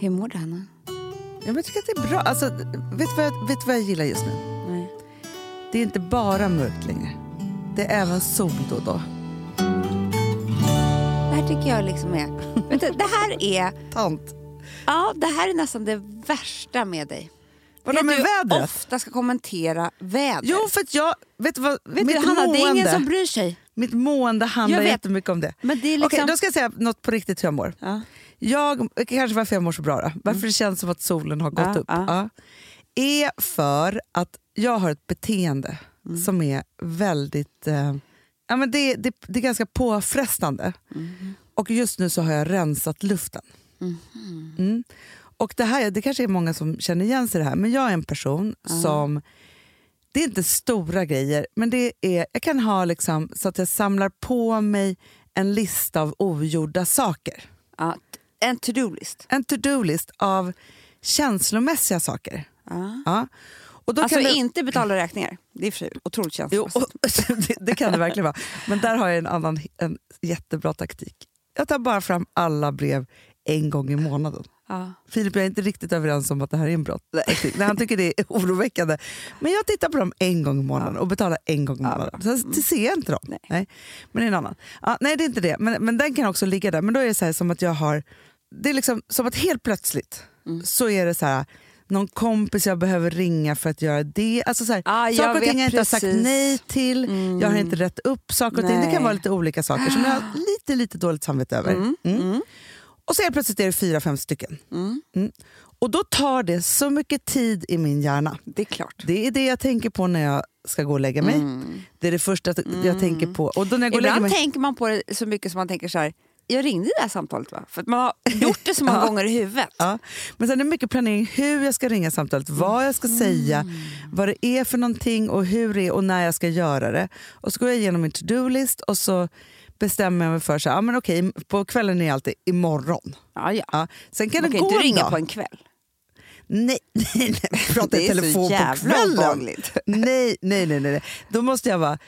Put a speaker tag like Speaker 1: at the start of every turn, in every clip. Speaker 1: Hur mår du, Hanna?
Speaker 2: Ja, men jag tycker att det är bra. Alltså, vet du vad jag, vet du vad jag gillar just nu?
Speaker 1: Nej.
Speaker 2: Det är inte bara mörkt längre. Det är även sol då och då.
Speaker 1: Det här tycker jag liksom är... Vänta, det här är...
Speaker 2: Tant.
Speaker 1: Ja, det här är nästan det värsta med dig.
Speaker 2: Vadå
Speaker 1: Det
Speaker 2: med
Speaker 1: du
Speaker 2: vädret?
Speaker 1: ofta ska kommentera väder.
Speaker 2: Jo, för att jag... Vet du vad?
Speaker 1: Vet
Speaker 2: mitt,
Speaker 1: du, Hanna, det
Speaker 2: mående,
Speaker 1: är ingen som bryr sig.
Speaker 2: mitt mående handlar
Speaker 1: Jag vet.
Speaker 2: jättemycket om det.
Speaker 1: Men det är
Speaker 2: Okej,
Speaker 1: liksom...
Speaker 2: då ska jag säga något på riktigt hur jag mår.
Speaker 1: ja.
Speaker 2: Jag, kanske varför jag mår så bra då. Varför det känns som att solen har gått
Speaker 1: Mm. Ja,
Speaker 2: upp.
Speaker 1: ja.
Speaker 2: Ja. Är för att jag har ett beteende
Speaker 1: Mm.
Speaker 2: som är väldigt... Eh, ja, men det, det, det är ganska påfrestande.
Speaker 1: Mm.
Speaker 2: Och just nu så har jag rensat luften.
Speaker 1: Mm-hmm.
Speaker 2: Mm. Och det här, det kanske är många som känner igen sig i det här, men jag är en person som... Det är inte stora grejer, men det är, jag kan ha liksom, så att jag samlar på mig en lista av ogjorda saker
Speaker 1: Ja, t- en to-do-list.
Speaker 2: en to-do-list av känslomässiga saker.
Speaker 1: Ja.
Speaker 2: Ja. Och då
Speaker 1: Alltså
Speaker 2: kan det,
Speaker 1: inte betala räkningar. Det är för sig otroligt
Speaker 2: jo,
Speaker 1: känslomässigt.
Speaker 2: och, det, det kan det verkligen vara. Men där har jag en annan en jättebra taktik. Jag tar bara fram alla brev en gång i månaden.
Speaker 1: Ja.
Speaker 2: Filip, jag är inte riktigt överens om att det här är en brott. Nej, han tycker det är oroväckande. Men jag tittar på dem en gång i månaden och betalar en gång i månaden. Sen ser jag inte dem.
Speaker 1: Nej.
Speaker 2: Men det är en annan. Ja, nej, det är inte det. Men, men den kan också ligga där. Men då är det så här som att jag har... Det är liksom som att helt plötsligt
Speaker 1: Mm.
Speaker 2: så är det så här någon kompis jag behöver ringa för att göra det. Alltså så här,
Speaker 1: Ah, jag
Speaker 2: saker och
Speaker 1: vet
Speaker 2: ting jag inte har sagt
Speaker 1: precis. Mm.
Speaker 2: nej till, jag har inte rätt upp saker och ting. Det
Speaker 1: Nej.
Speaker 2: kan vara lite olika saker som jag har lite, lite dåligt samvete över. Ah. Mm. Och så helt plötsligt är det fyra, fem stycken. Mm. Och då tar det så mycket tid i min hjärna.
Speaker 1: Det är klart.
Speaker 2: Det är det jag tänker på när jag ska gå och lägga mig. Det är det första t- jag tänker på. Och då när jag går och lägger
Speaker 1: Ibland
Speaker 2: mig...
Speaker 1: tänker man på det så mycket som man tänker så här, jag ringde det här samtalet va? För att man har gjort det så många gånger i huvudet.
Speaker 2: Ja. Men sen är det mycket planering hur jag ska ringa samtalet, vad jag ska säga, vad det är för någonting och hur det är och när jag ska göra det. Och så går jag igenom min to-do-list och så bestämmer jag mig för så här, ah, men okej, på kvällen är alltid imorgon.
Speaker 1: Ja, ja.
Speaker 2: Ja. Sen kan
Speaker 1: Man
Speaker 2: det
Speaker 1: kan
Speaker 2: gå
Speaker 1: inte
Speaker 2: en
Speaker 1: ringa
Speaker 2: dag.
Speaker 1: på en kväll.
Speaker 2: Nej, nej, nej. prata i
Speaker 1: Det är så
Speaker 2: telefon på
Speaker 1: jävla
Speaker 2: kvällen.
Speaker 1: obehagligt.
Speaker 2: Nej, nej, nej, nej, nej. Då måste jag vara,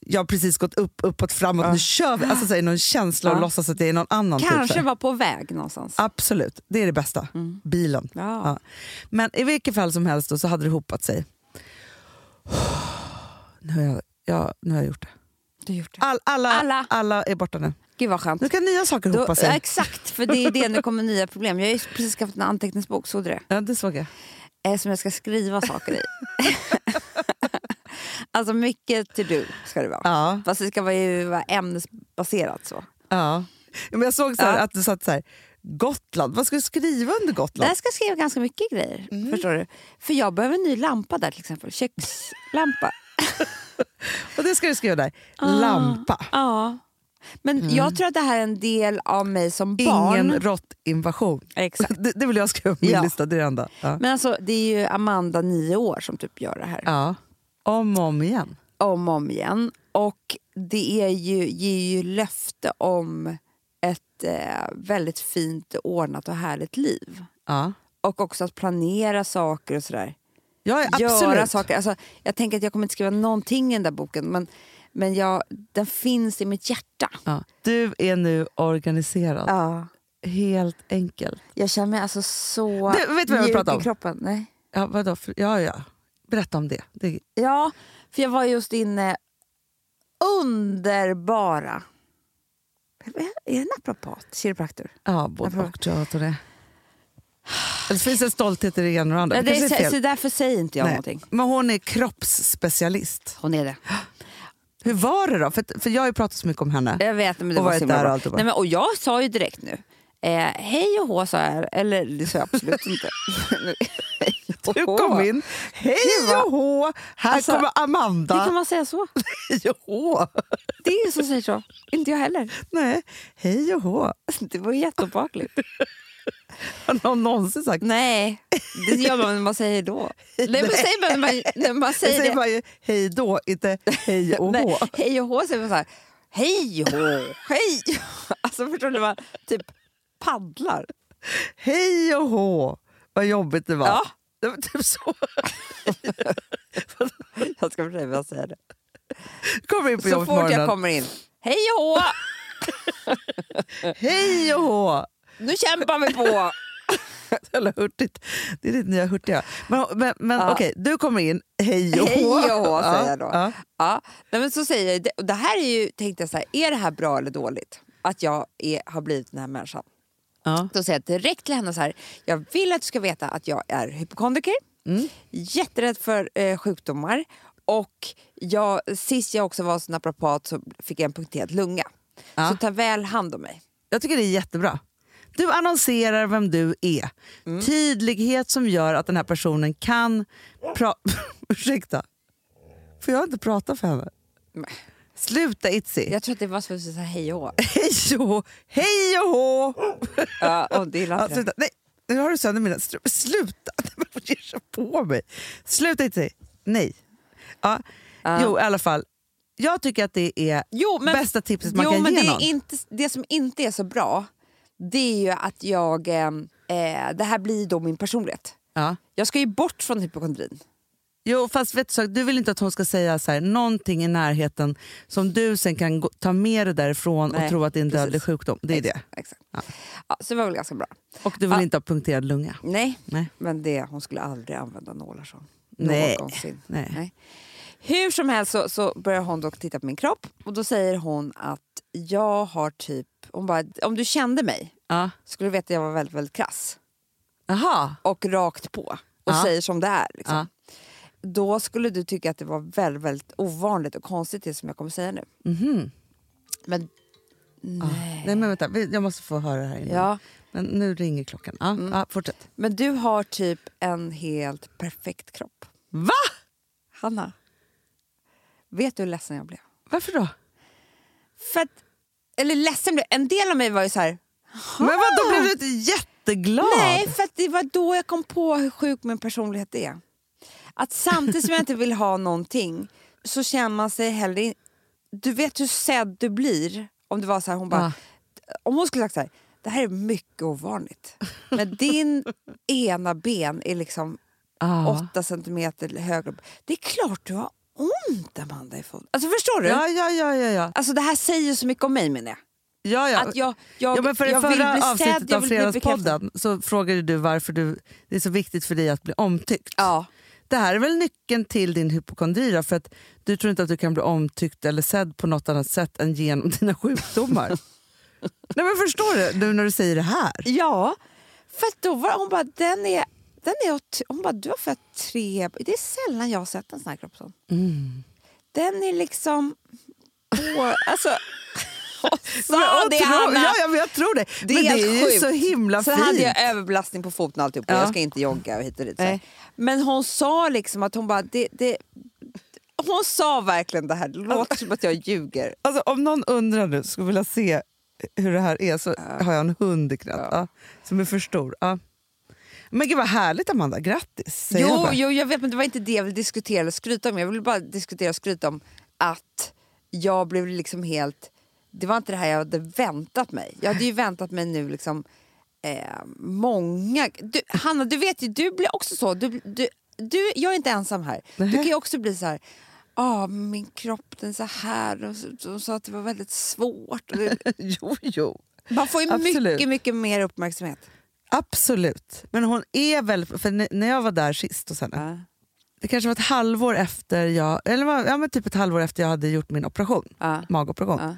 Speaker 2: jag har precis gått upp, uppåt, framåt, nu kör vi. Alltså så här, någon känsla och
Speaker 1: Ja.
Speaker 2: låtsas att det är någon annan. typ, så
Speaker 1: Kanske
Speaker 2: här.
Speaker 1: var på väg någonstans.
Speaker 2: Absolut, det är det bästa. Bilen.
Speaker 1: Ja.
Speaker 2: Men i vilket fall som helst då, så hade det hopat sig. Nu har jag, jag, nu har jag gjort det.
Speaker 1: Du har gjort det.
Speaker 2: All, alla, alla.
Speaker 1: Alla.
Speaker 2: är borta nu.
Speaker 1: Gud vad skönt.
Speaker 2: Nu kan nya saker
Speaker 1: Då, eh,
Speaker 2: hopa
Speaker 1: ja,
Speaker 2: sig.
Speaker 1: exakt, för det är det nu kommer nya problem. Jag har ju precis skaffat en anteckningsbok, såg du det?
Speaker 2: Ja, det såg jag.
Speaker 1: Eh, Som jag ska skriva saker i. alltså mycket to-do ska det vara.
Speaker 2: Ja.
Speaker 1: Fast det ska vara, ju vara ämnesbaserat. så.
Speaker 2: Ja. Ja, Men jag såg så här,
Speaker 1: Ja.
Speaker 2: att du satt så här, Gotland, vad ska du skriva under Gotland?
Speaker 1: Där ska jag skriva ganska mycket grejer.
Speaker 2: Mm.
Speaker 1: Förstår du? För jag behöver en ny lampa där till exempel. Kökslampa.
Speaker 2: Och det ska du skriva där.
Speaker 1: Ah.
Speaker 2: Lampa.
Speaker 1: ja. Men jag tror att det här är en del av mig som barn.
Speaker 2: Mm. Ingen råttinvasion.
Speaker 1: Exakt.
Speaker 2: Det, det vill jag skriva på min
Speaker 1: Ja.
Speaker 2: lista, det är det enda. Ja.
Speaker 1: Men alltså, det är ju Amanda, nio år, som typ gör det här.
Speaker 2: ja. Om och om igen.
Speaker 1: om och om igen. Och det är ju, ger ju löfte om ett eh, väldigt fint, ordnat och härligt liv.
Speaker 2: Ja,
Speaker 1: Och också att planera saker och sådär.
Speaker 2: ja ja, absolut.
Speaker 1: Göra saker. Alltså, jag tänker att jag kommer inte skriva någonting i den där boken, men, men jag, den finns i mitt hjärta.
Speaker 2: Ja. Du är nu organiserad.
Speaker 1: Ja.
Speaker 2: Helt enkelt.
Speaker 1: Jag känner mig alltså så
Speaker 2: Du, vet du vad jag vill
Speaker 1: mjuk
Speaker 2: prata om?
Speaker 1: i kroppen. Nej.
Speaker 2: Ja, vadå? För- ja, ja. Berätta om det. det.
Speaker 1: Ja, för jag var just inne... Underbara... Är det en naprapat? Kiropraktor?
Speaker 2: Ja, både och tror jag. tror det. Eller finns en stolthet i det ena och det andra.
Speaker 1: Ja, det är,
Speaker 2: kanske
Speaker 1: så,
Speaker 2: fel.
Speaker 1: så därför säger inte jag någonting.
Speaker 2: Nej. Men hon är kroppsspecialist.
Speaker 1: Hon är det.
Speaker 2: Hur var det då? För, att- för jag har ju pratat så mycket om henne.
Speaker 1: Jag vet, men det
Speaker 2: Och
Speaker 1: var
Speaker 2: varit
Speaker 1: så himla
Speaker 2: där och
Speaker 1: bra.
Speaker 2: allt och bara-
Speaker 1: Nej, men, och jag sa ju direkt nu, eh, hej och hå sa jag, eller det sa jag absolut inte. Nu- hej och
Speaker 2: Du
Speaker 1: hå.
Speaker 2: kom in.
Speaker 1: Gud,
Speaker 2: Hej
Speaker 1: vad-
Speaker 2: och hå! Här
Speaker 1: Alltså,
Speaker 2: kommer
Speaker 1: Det
Speaker 2: Amanda.
Speaker 1: kan man säga så.
Speaker 2: Hej och hå!
Speaker 1: Det är ingen som säger så. Inte jag heller.
Speaker 2: Nej, hej och hå.
Speaker 1: Det var ju jätteobehagligt.
Speaker 2: Har någon någonsin sagt
Speaker 1: Nej, det gör man när man säger då. Nej, men säger man, när man, när man
Speaker 2: Jag
Speaker 1: säger
Speaker 2: säger
Speaker 1: det.
Speaker 2: bara ju hej då, inte hej och
Speaker 1: Nej,
Speaker 2: hå.
Speaker 1: hej och hå säger man så här, hej och hå, hej. Alltså förstår du, man typ paddlar.
Speaker 2: Hej och hå! Vad jobbigt det var.
Speaker 1: Ja.
Speaker 2: Det var typ så.
Speaker 1: Jag ska försöka säga det.
Speaker 2: Kommer in på
Speaker 1: Så
Speaker 2: jobbet på
Speaker 1: fort jag
Speaker 2: morgonen.
Speaker 1: kommer in. Hej och hå!
Speaker 2: Hej och hå!
Speaker 1: Nu kämpar vi på!
Speaker 2: Jävla hurtigt. Det är ditt nya hurtiga. Men, men, men
Speaker 1: Ja.
Speaker 2: okej, du kommer in. Hej och
Speaker 1: Hej och hå,
Speaker 2: Ja,
Speaker 1: säger jag då.
Speaker 2: ja.
Speaker 1: Ja, nej men så säger jag, det- och det här är ju, tänkte jag så här, är det här bra eller dåligt? Att jag är, har blivit den här människan.
Speaker 2: Ja.
Speaker 1: Då säger jag direkt till henne så här, jag vill att du ska veta att jag är hypokondriker, Mm. jätterädd för eh, sjukdomar och jag, sist jag också var som naprapat så fick jag en punkterad lunga.
Speaker 2: Ja.
Speaker 1: Så ta väl hand om mig.
Speaker 2: Jag tycker det är jättebra. Du annonserar vem du är.
Speaker 1: Mm.
Speaker 2: Tydlighet som gör att den här personen kan... Pra- Ursäkta. Får jag inte prata för henne?
Speaker 1: Nej.
Speaker 2: Sluta Itzy.
Speaker 1: Jag tror att det var så att säga hej och hå.
Speaker 2: Hej och hå, hej och hå!
Speaker 1: Ja, och det gillar
Speaker 2: Ja,
Speaker 1: inte det.
Speaker 2: sluta. Nej, nu har du sönder mina strumpor. Sluta! Du ger sig på mig. Sluta inte. Nej. Ja. Jo, i alla fall. Jag tycker att det är
Speaker 1: Jo, men,
Speaker 2: bästa tipset man
Speaker 1: jo,
Speaker 2: kan
Speaker 1: men
Speaker 2: ge
Speaker 1: det,
Speaker 2: någon.
Speaker 1: är inte, det som inte är så bra, det är ju att jag... Eh, eh, det här blir då min personlighet.
Speaker 2: Ja.
Speaker 1: Jag ska ju bort från hypokondrin.
Speaker 2: Jo, fast vet du, så- du vill inte att hon ska säga så här, någonting i närheten som du sen kan gå, ta med dig därifrån och
Speaker 1: Nej,
Speaker 2: tro att det är en
Speaker 1: precis.
Speaker 2: dödlig sjukdom. Det är det.
Speaker 1: Exakt. Ja. så det var väl ganska bra.
Speaker 2: Och du vill
Speaker 1: Ja.
Speaker 2: inte ha punkterad lunga.
Speaker 1: Nej,
Speaker 2: Nej.
Speaker 1: men det, hon skulle aldrig använda nålar så.
Speaker 2: Nej.
Speaker 1: Någonsin.
Speaker 2: Nej.
Speaker 1: Nej. Hur som helst så, så börjar hon dock titta på min kropp och då säger hon att jag har typ... Hon bara, om du kände mig
Speaker 2: Ja.
Speaker 1: skulle du veta att jag var väldigt, väldigt krass.
Speaker 2: Jaha.
Speaker 1: och rakt på och
Speaker 2: Ja.
Speaker 1: säger som det är. Liksom.
Speaker 2: Ja.
Speaker 1: Då skulle du tycka att det var väldigt, väldigt ovanligt och konstigt det som jag kommer säga nu.
Speaker 2: Mhm.
Speaker 1: Men nej.
Speaker 2: Nej, men vänta. vi- Jag måste få höra det här innan.
Speaker 1: Ja, Mm.
Speaker 2: Men nu ringer klockan. Ja, ja, fortsätt.
Speaker 1: men du har typ en helt perfekt kropp.
Speaker 2: Va?
Speaker 1: Hanna, vet du hur ledsen jag blev?
Speaker 2: Varför då?
Speaker 1: För att, eller ledsen blev, en del av mig var ju så här,
Speaker 2: Men vad, då blev du inte jätteglad?
Speaker 1: Nej, för att det var då jag kom på hur sjuk min personlighet är. Att samtidigt som jag inte vill ha någonting så känner man sig heller in... Du vet hur sedd du blir om det var så här, hon bara...
Speaker 2: Ja.
Speaker 1: Om hon skulle sagt så här, det här är mycket ovanligt. Men din ena ben är liksom
Speaker 2: Ah.
Speaker 1: åtta centimeter högre upp. Det är klart du har ont, Amanda. i foten. Alltså förstår du?
Speaker 2: Ja, ja, ja, ja, ja.
Speaker 1: Alltså det här säger så mycket om mig menar jag.
Speaker 2: ja, ja.
Speaker 1: Att jag, jag,
Speaker 2: ja men för det
Speaker 1: jag vill bli
Speaker 2: förra
Speaker 1: sedd,
Speaker 2: avsnittet
Speaker 1: jag
Speaker 2: av
Speaker 1: vill bli bekräftad.
Speaker 2: Fredagspodden så frågade du varför du, det är så viktigt för dig att bli omtyckt.
Speaker 1: Ja.
Speaker 2: Det här är väl nyckeln till din hypokondri då, för att du tror inte att du kan bli omtyckt eller sedd på något annat sätt än genom dina sjukdomar. Nej men förstår du nu när du säger det här?
Speaker 1: Ja, för att då var hon bara, den är, den är åt- hon bara, du har fött tre, det är sällan jag har sett en sån här kropp som.
Speaker 2: Mm.
Speaker 1: Den är liksom, på, alltså, hon sa
Speaker 2: Jag
Speaker 1: det
Speaker 2: tror-
Speaker 1: Hanna!
Speaker 2: ja, ja, men jag tror det.
Speaker 1: Det är
Speaker 2: men
Speaker 1: helt
Speaker 2: det är ju
Speaker 1: sjukt.
Speaker 2: så himla
Speaker 1: Sen
Speaker 2: fint.
Speaker 1: hade jag överbelastning på foten och alltihop och
Speaker 2: Ja.
Speaker 1: jag ska inte jogga och hit och dit. så här.
Speaker 2: Nej.
Speaker 1: Men hon sa liksom att hon bara, det, det, hon sa verkligen det här, det låter som att jag ljuger.
Speaker 2: Alltså, om någon undrar nu, skulle vilja se hur det här är, så har jag en hund i knät. Ja. Som är för stor. Ja. Men gud vad härligt Amanda, grattis! säger jag
Speaker 1: Jo,
Speaker 2: bara.
Speaker 1: jo, jag vet, men det var inte det jag ville diskutera eller skryta om. Jag ville bara diskutera och skryta om att jag blev liksom helt... Det var inte det här jag hade väntat mig. Jag hade ju väntat mig nu liksom eh, många... Du, Hanna, du vet ju, du blir också så. Du, du, du, jag är inte ensam här. Du
Speaker 2: Nej.
Speaker 1: kan ju också bli så här... ah min kropp den är så här. Och så, de sa att det var väldigt svårt. Och det-
Speaker 2: jo, jo.
Speaker 1: Man får ju
Speaker 2: Absolut.
Speaker 1: mycket, mycket mer uppmärksamhet.
Speaker 2: Absolut. Men hon är väl... För n- när jag var där sist hos henne,
Speaker 1: Ja.
Speaker 2: det kanske var ett halvår efter jag... Eller var- ja, men typ ett halvår efter jag hade gjort min operation.
Speaker 1: Ja.
Speaker 2: Magoperation.
Speaker 1: Ja.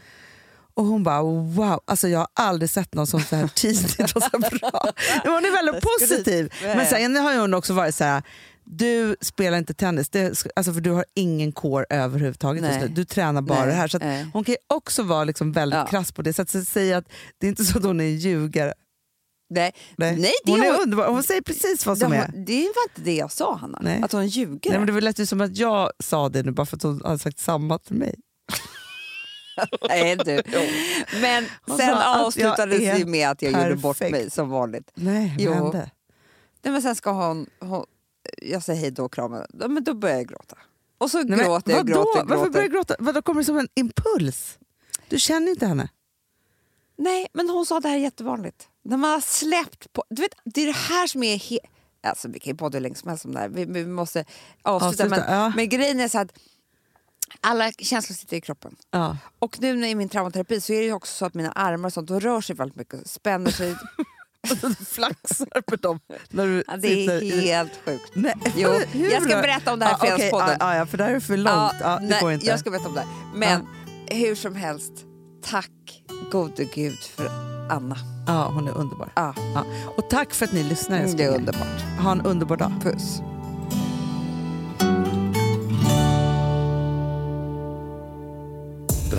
Speaker 2: Och hon bara wow, alltså jag har aldrig sett någon som så här tidigt och så bra. Men hon är väldigt
Speaker 1: Skryt.
Speaker 2: positiv. Men sen har ju hon också varit så här, du spelar inte tennis, det, sk- alltså för du har ingen core överhuvudtaget just
Speaker 1: Nej.
Speaker 2: nu. Du tränar bara
Speaker 1: Nej,
Speaker 2: det här. Så att
Speaker 1: nej.
Speaker 2: hon kan ju också vara liksom väldigt
Speaker 1: Ja.
Speaker 2: krass på det sättet. Så säga att det är inte så att hon är en ljugare.
Speaker 1: Nej,
Speaker 2: Nej.
Speaker 1: Nej, det
Speaker 2: hon är
Speaker 1: har-
Speaker 2: underbar, hon säger precis vad
Speaker 1: Det,
Speaker 2: som
Speaker 1: har-
Speaker 2: är.
Speaker 1: det var inte det jag sa, Hanna.
Speaker 2: Nej.
Speaker 1: Att hon ljuger.
Speaker 2: Nej, men det var lätt som att jag sa det nu bara för att hon hade sagt samma till mig.
Speaker 1: Nej, du. Men
Speaker 2: Hon
Speaker 1: sen
Speaker 2: sa att
Speaker 1: avslutades
Speaker 2: jag
Speaker 1: det
Speaker 2: är
Speaker 1: ju med att jag gjorde bort
Speaker 2: perfekt.
Speaker 1: mig som vanligt.
Speaker 2: Nej, vad
Speaker 1: Jo.
Speaker 2: hände?
Speaker 1: Nej, men sen ska hon, hon... Jag säger hej då och kramar. Ja, Men då börjar jag gråta. Och så
Speaker 2: Nej, men
Speaker 1: gråter jag,
Speaker 2: vadå?
Speaker 1: gråter,
Speaker 2: Varför
Speaker 1: gråter.
Speaker 2: börjar du gråta? Vadå, kommer det som en impuls? Du känner ju inte henne.
Speaker 1: Nej, men hon sa det här är jättevanligt. När man har släppt på... Du vet, det är det här som är... He- alltså, vi kan ju podda hur länge som helst om det här. Vi, vi måste avsluta.
Speaker 2: Avsluta,
Speaker 1: men,
Speaker 2: ja.
Speaker 1: men grejen är så att alla känslor sitter i kroppen.
Speaker 2: Ja.
Speaker 1: Och nu när i min traumaterapi så är det ju också så att mina armar och sånt, de rör sig väldigt mycket, spänner sig
Speaker 2: flaxar på dem när du
Speaker 1: Ja, det
Speaker 2: sitter
Speaker 1: är
Speaker 2: i...
Speaker 1: helt sjukt.
Speaker 2: Nej,
Speaker 1: Jo,
Speaker 2: hur
Speaker 1: jag ska
Speaker 2: då?
Speaker 1: berätta om det här i
Speaker 2: Ja, okej,
Speaker 1: Fredagspodden.
Speaker 2: ja, ja, för det här är för långt. Ja, det
Speaker 1: nej,
Speaker 2: går inte. Ah.
Speaker 1: Jag ska berätta om det. här. Men hur som helst, tack gode gud för Anna.
Speaker 2: Ja, hon är underbar.
Speaker 1: Ja.
Speaker 2: Ja. Och tack för att ni lyssnar.
Speaker 1: Mm, det är
Speaker 2: älsklingar. Ha en underbar dag.
Speaker 1: Puss.
Speaker 3: Den